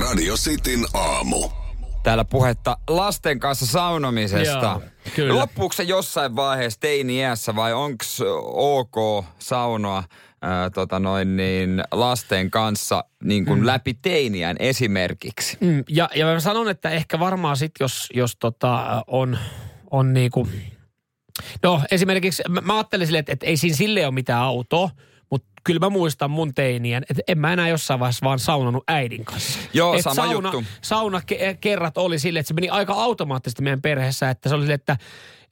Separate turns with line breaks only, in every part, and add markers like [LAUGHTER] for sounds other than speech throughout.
Radio Cityn aamu.
Täällä puhetta lasten kanssa saunomisesta.
Joo, kyllä.
Loppuuko se jossain vaiheessa teini-iässä vai onks ok saunoa ää, tota noin niin, lasten kanssa niin kuin läpi teiniän esimerkiksi?
Mm, ja, ja mä sanon, että ehkä varmaan sit, jos, jos tota, on, on niinku... No esimerkiksi mä, mä ajattelin silleen, että, että ei siinä sille ole mitään autoa, mutta kyllä mä muistan mun teinien, että en mä enää jossain vaiheessa vaan saunonut äidin kanssa.
Joo,
Et
sama
sauna,
juttu.
Sauna ke- kerrat oli silleen, että se meni aika automaattisesti meidän perheessä, että se oli silleen, että,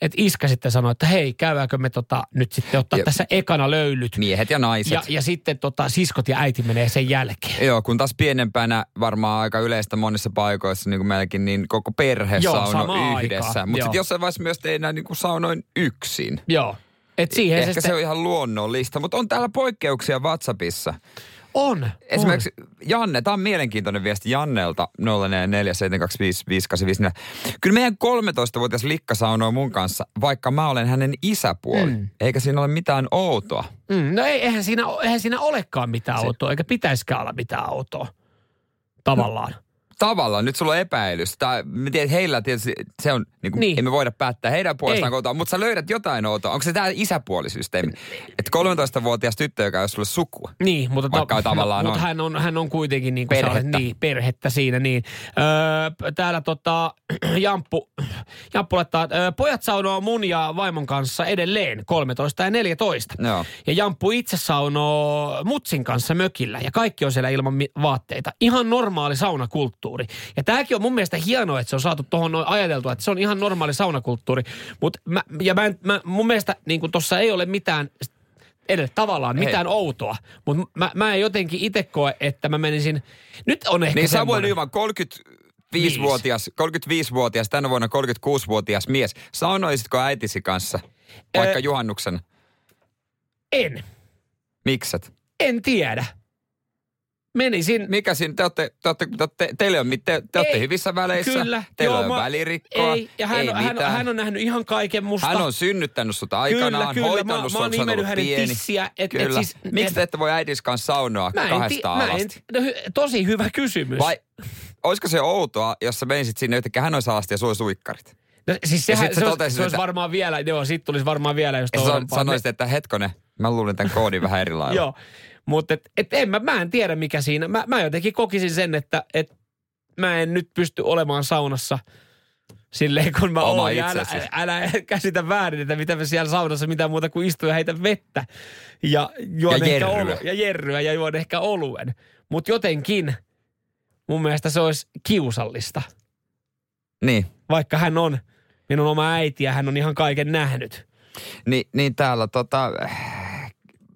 että iskä sitten sanoi, että hei, käydäänkö me tota, nyt sitten ottaa
Ja-
tässä ekana löylyt.
Miehet ja naiset.
Ja, ja sitten tota, siskot ja äiti menee sen jälkeen.
Joo, kun taas pienempänä varmaan aika yleistä monissa paikoissa, niin kuin meilläkin, niin koko perhe
Joo,
sauno
samaan
yhdessä.
aikaan,
Mutta
joo.
sitten jossain vaiheessa myös tehdään niin kuin saunoin yksin.
Joo. Et siihen
Ehkä
sitten-
se on ihan luonnollista, mutta on täällä poikkeuksia WhatsAppissa.
On.
Esimerkiksi Janne, tämä on mielenkiintoinen viesti Jannelta 0447255854. Kyllä meidän 13-vuotias Likka saunoi mun kanssa, vaikka mä olen hänen isäpuoli. Mm. Eikä siinä ole mitään outoa.
on. Mm, no ei, eihän, siinä, eihän siinä olekaan mitään autoa, eikä pitäisikään olla mitään autoa. Tavallaan.
No, Tavallaan nyt sulla on epäilys. Tai, mä tiedän, että heillä tietysti se on, niin kuin, niin.
Niin.
emme voida päättää heidän puolestaan
Ei.
kotoa, mutta sä löydät jotain outoa. Onko se tämä isäpuolisysteemi? Että 13-vuotias tyttö, joka ei ole sulle sukua.
Niin, mutta,
Vaikka tavallaan
mutta
on.
Hän on. Hän on kuitenkin niin kuin
Perhettä.
perhettä. Olet, niin, perhettä siinä. Niin. Öö, täällä tota, [CLEARS THROAT] Jamppu, Jamppu laittaa, öö, pojat saunoo mun ja vaimon kanssa edelleen 13 ja 14.
Joo.
Ja Jamppu itse saunoo mutsin kanssa mökillä ja kaikki on siellä ilman mi- vaatteita. Ihan normaali saunakulttuuri. Ja tämäkin on mun mielestä hienoa, että se on saatu tuohon noin ajateltua, että se on ihan normaali saunakulttuuri. Mut mä, ja mä, en- mä, mun mielestä niin tuossa ei ole mitään edellä tavallaan
Ei.
mitään outoa. Mutta mä, mä en jotenkin itse koe, että mä menisin... Nyt on ehkä
Niin Samuel
semmoinen-
Nyman, 35-vuotias, 35-vuotias, tänä vuonna 36-vuotias mies. Saunoisitko äitisi kanssa, vaikka
Ö-
juhannuksen?
En.
Mikset?
En tiedä. Menisin...
Mikä siinä, te olette, te olette, te olette, teille on, mit- te, te olette
Ei,
hyvissä väleissä,
Kyllä.
teillä
Joo,
on
mä-
välirikkoa,
Ei, ja hän,
ei
on, hän,
mitään.
hän on nähnyt ihan kaiken musta.
Hän on synnyttänyt sut aikanaan,
kyllä.
hoitanut
Mä- mä
sut, sä oot
oon nimennyt
ollut
hänen
pieni.
tissiä, et- et
Kyllä.
siis-
Miksi
et-
te ette voi äidis kanssa saunoa
Mä en ti-
kahdesta
mä en,
alasti?
no, hy, tosi hyvä kysymys.
Vai olisiko se outoa, jos sä menisit sinne yhtäkkiä hän olisi alasti ja sulla olisi suikkarit?
No, siis sehän,
sit sä
se,
totesit,
olisi, se olisi
että-
varmaan vielä, joo, sit tulisi varmaan vielä, jos
Ja sä
oudompaa.
sanoisit, että hetkonen, mä luulin tämän koodin vähän eri lailla.
[LAUGHS] Joo, mutta et, et en mä, mä en tiedä mikä siinä. Mä, mä jotenkin kokisin sen, että et mä en nyt pysty olemaan saunassa silleen kun mä
Oma
oon. Ja älä,
itsesi.
älä, älä käsitä väärin, että mitä mä siellä saunassa, mitä muuta kuin istun ja heitä vettä. Ja, juon
Ja
ehkä
jerryä.
Oluen, ja jerryä ja juon ehkä oluen. Mutta jotenkin mun mielestä se olisi kiusallista.
Niin.
Vaikka hän on minun oma äiti ja hän on ihan kaiken nähnyt.
Ni, niin täällä tota,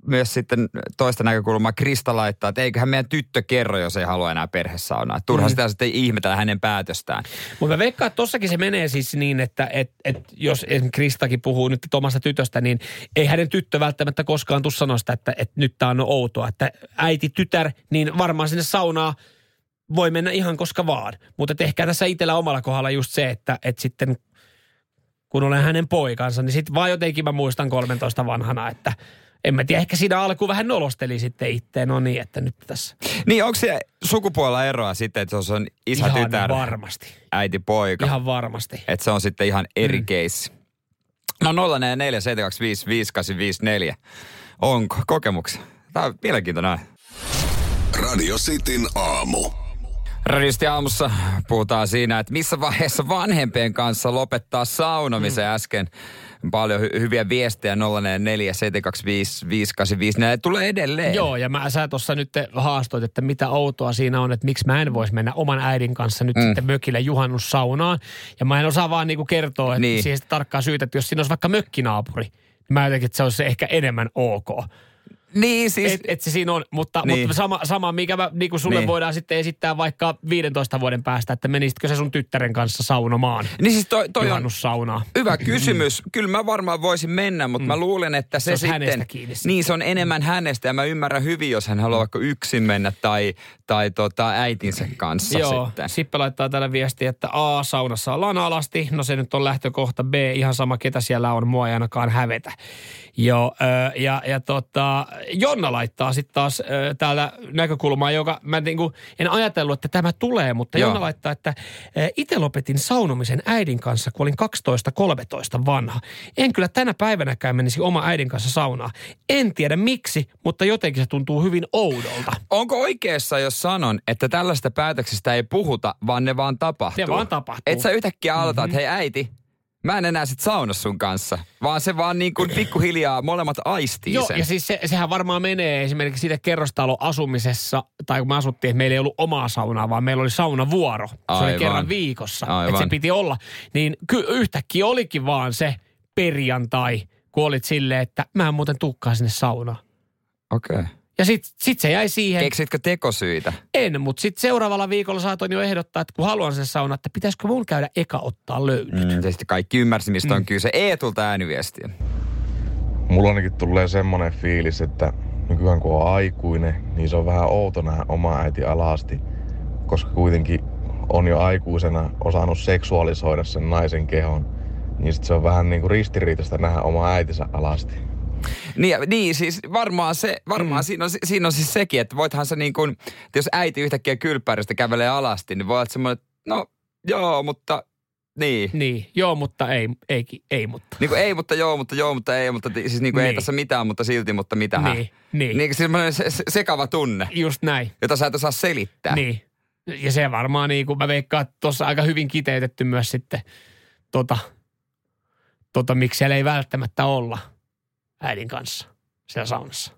myös sitten toista näkökulmaa Krista laittaa, että eiköhän meidän tyttö kerro, jos ei halua enää perhesaunaa. Turha mm. sitä sitten ihmetellä hänen päätöstään.
Mutta mä veikkaan, että tossakin se menee siis niin, että et, et, jos esimerkiksi Kristakin puhuu nyt omasta tytöstä, niin ei hänen tyttö välttämättä koskaan tule sanoa sitä, että, että nyt tämä on outoa. Että äiti, tytär, niin varmaan sinne saunaa voi mennä ihan koska vaan. Mutta ehkä tässä itsellä omalla kohdalla just se, että, että sitten kun olen hänen poikansa, niin sitten vaan jotenkin mä muistan 13 vanhana, että en mä tiedä, ehkä siinä alkuun vähän nolosteli sitten itteen, no niin, että nyt tässä
Niin onko se sukupuolella eroa sitten, että jos on isä,
ihan
tytär,
varmasti,
äiti, poika?
ihan varmasti.
Että se on sitten ihan eri mm. keissi. No 0447255854. Onko kokemuksia? Tämä on mielenkiintoinen aihe.
Radio Cityn aamu.
Radiosti aamussa puhutaan siinä, että missä vaiheessa vanhempien kanssa lopettaa saunomisen mm. äsken. Paljon hy- hyviä viestejä 0447255854 tulee edelleen.
Joo, ja mä, sä tuossa nyt haastoit, että mitä outoa siinä on, että miksi mä en voisi mennä oman äidin kanssa nyt mm. sitten mökille juhannussaunaan. Ja mä en osaa vaan niinku kertoa, että
Niin.
niin. siihen sitä tarkkaa syytä, että jos siinä olisi vaikka mökkinaapuri, niin mä jotenkin, että se olisi ehkä enemmän ok.
Niin siis,
Et, et se siinä on, mutta,
Niin.
niin. mutta sama, sama, mikä mä, niin kuin sulle
Niin.
niin. voidaan sitten esittää vaikka 15 vuoden päästä, että menisitkö sä sun tyttären kanssa saunomaan,
niin siis toi, toi on
juhannussaunaan.
hyvä kysymys. Kyllä mä varmaan voisin mennä, mutta mä luulen, että se,
Mm. Se on
sitten...
hänestä kiinni sitten. Mm.
Niin, se on enemmän hänestä ja mä ymmärrän hyvin, jos hän haluaa vaikka yksin mennä tai, tai tota, äitinsä kanssa
Joo,
sitten.
Sippe laittaa täällä viestiä, että A, saunassa ollaan alasti. No se nyt on lähtökohta. B, ihan sama ketä siellä on, mua ei ainakaan hävetä. Joo, ö, ja, ja tota, Jonna laittaa sitten taas ö, täällä näkökulmaa, joka mä niinku, en ajatellut, että tämä tulee, mutta
Joo.
Joo. Jonna laittaa, että itse lopetin saunomisen äidin kanssa, kun olin 12-13 vanha. En kyllä tänä päivänäkään menisi oma äidin kanssa saunaa. En tiedä miksi, mutta jotenkin se tuntuu hyvin oudolta.
Onko oikeassa, jos sanon, että tällaista päätöksistä ei puhuta, vaan ne vaan tapahtuu?
Ne vaan tapahtuu.
Et sä yhtäkkiä aloita, mm-hmm. että hei äiti, mä en enää sit saunassa sun kanssa, vaan se vaan niin kuin pikkuhiljaa molemmat aistii
Joo,
sen.
ja siis se, sehän varmaan menee esimerkiksi siitä kerrostaloasumisessa, tai kun me asuttiin, että meillä ei ollut omaa saunaa, vaan meillä oli saunavuoro. Se
Aivan.
oli kerran viikossa, että
Aivan.
se piti olla. Niin ky- yhtäkkiä olikin vaan se perjantai, kun olit silleen, että mä en muuten tukkaan sinne saunaan.
Okei. Okay.
Ja sit, sit se jäi siihen,
Keksitkö tekosyitä?
en, mutta sitten seuraavalla viikolla saatoin jo ehdottaa, että kun haluan sen saunaan, että pitäisikö mun käydä eka ottaa löylyt.
Mm. Sitten kaikki ymmärsi, mistä
Mm.
on kyse. Eetulta ääniviestiä.
Mulla ainakin tulee semmonen fiilis, että nykyään kun on aikuinen, niin se on vähän outo nähdä oma äiti alasti, koska kuitenkin on jo aikuisena osannut seksuaalisoida sen naisen kehon. Niin sit se on vähän niinku ristiriitaista nähdä oma äitinsä alasti.
Niin, ja- niin siis varmaan, se, varmaan mm. siinä, on, si- siinä on siis sekin, että voithan se niin kuin, että jos äiti yhtäkkiä kylppäristä kävelee alasti, niin voi olla semmoinen, että no joo, mutta niin.
Niin, joo, mutta ei, ei, ei mutta.
Niin kuin ei, mutta joo, mutta joo, mutta ei, mutta ti- siis niin kuin niin. ei
Niin.
tässä mitään, mutta silti, mutta mitähän.
Niin, niin.
Niin kuin semmoinen se, se, sekava tunne,
Just näin.
jota sä et osaa selittää.
Niin. Ja se varmaan niin kuin mä veikkaan, että tuossa aika hyvin kiteytetty myös sitten tota, tota miksi siellä ei välttämättä olla äidin kanssa siellä saunassa.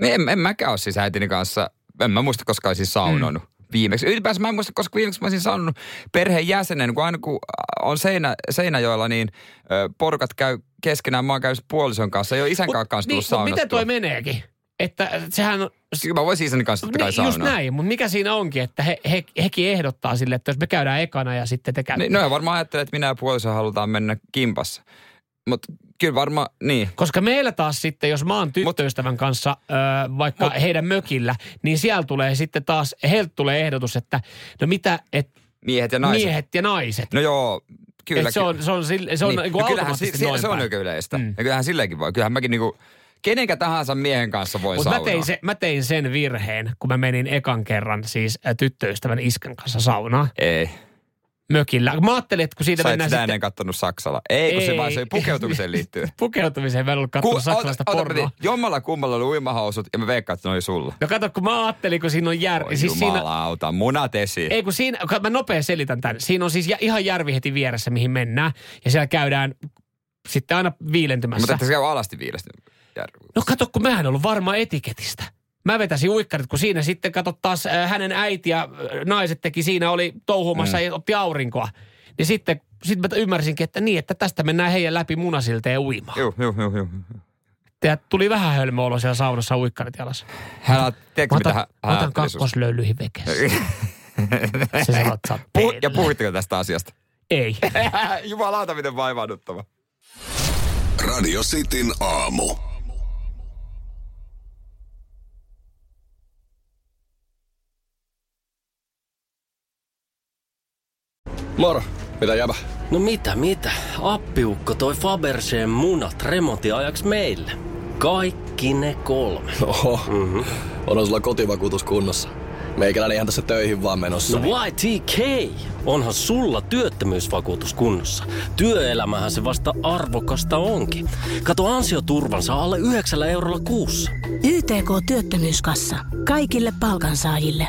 Niin En, en mäkään ole siis äitini kanssa, en mä muista koskaan olisin saunonut. Mm. Viimeksi. Ylipäänsä mä en muista, koska viimeksi mä olisin saunonut perheenjäsenen, kun aina kun äh, on seinä, Seinäjoella, niin ö, porukat käy keskenään, mä oon käynyt puolison kanssa, ei ole isän
Mut-
kanssa tullut
niin, mut miten toi
saunattua.
meneekin? Että sehän on...
Kyllä mä voisin isäni kanssa totta kai
Niin, just
saunaa.
näin, mutta mikä siinä onkin, että he, he, hekin ehdottaa sille, että jos me käydään ekana ja sitten te käytte.
Niin, no he varmaan ajattelee, että minä ja puoliso halutaan mennä kimpassa. Mutta kyllä varmaan, niin.
Koska meillä taas sitten, jos mä oon tyttöystävän kanssa ö, vaikka mut, heidän mökillä, niin siellä tulee sitten taas, heiltä tulee ehdotus, että no mitä, että
Miehet ja naiset.
miehet ja naiset.
No joo, kyllä.
Et se on, se on, sille, se on niin.
No kyllähän
automaattisesti
si- si-
noin
se on
päin.
aika yleistä. Mm.
Mm.
Ja kyllähän silläkin voi. Kyllähän mäkin niinku, kenenkä tahansa miehen kanssa voi
Mut
saunoa.
mä, tein se, mä tein sen virheen, kun mä menin ekan kerran siis ä, tyttöystävän iskän kanssa saunaan
Ei.
mökillä. Mä ajattelin, että kun siitä
Sä et sitä
mennään
sitten...
sitten
ennen kattonut Saksalla. Ei, kun se
Ei.
vaan se pukeutumiseen
[LAUGHS]
liittyy.
pukeutumiseen, mä en ollut
Ku-
katsonut saksalaista
ota- niin. ota-
pornoa.
piti. Jommalla kummalla oli uimahousut ja mä veikkaan, että ne oli sulla.
No kato, kun mä ajattelin, kun siinä on
Voi
järvi.
siis
Siis siinä,
jumalauta, siinä... munat esiin.
ei kun siinä, kun mä nopea selitän tämän. Siinä on siis jä- ihan järvi heti vieressä, mihin mennään. Ja siellä käydään sitten aina viilentymässä.
Mutta että se käy alasti viilestä.
No kato, kun mä en ollut varma etiketistä. Mä vetäisin uikkarit, kun siinä sitten kato taas äh, hänen äiti ja äh, naiset teki siinä, oli touhumassa mm. ja otti aurinkoa. Niin sitten sit mä ymmärsinkin, että niin, että tästä mennään heidän läpi munasilteen uimaan.
Juu, juu, juu, juu.
Ja tuli vähän hölmö olo siellä saunassa uikkarit jalassa.
Hän on, tiedätkö
Mä
mitä
otan,
hän,
mä
hän
otan
ajatteli susta?
kakkoslöylyihin vekessä.
[LAUGHS]
Se sanoo, että sä oot
Puh- Ja
pelle.
puhuitteko tästä asiasta? [LAUGHS]
Ei.
Jumalauta, miten vaivaannuttava.
Radio Cityn aamu.
Moro, mitä jäbä?
No mitä, mitä? Appiukko toi Faberseen munat remontiajaksi meille. Kaikki ne kolme.
Oho, mm-hmm. on sulla kotivakuutus kunnossa. Meikäläinen ihan tässä töihin vaan menossa.
No YTK, onhan sulla työttömyysvakuutus kunnossa. Työelämähän se vasta arvokasta onkin. Kato ansioturvansa alle 9 eurolla kuussa.
YTK Työttömyyskassa. Kaikille palkansaajille.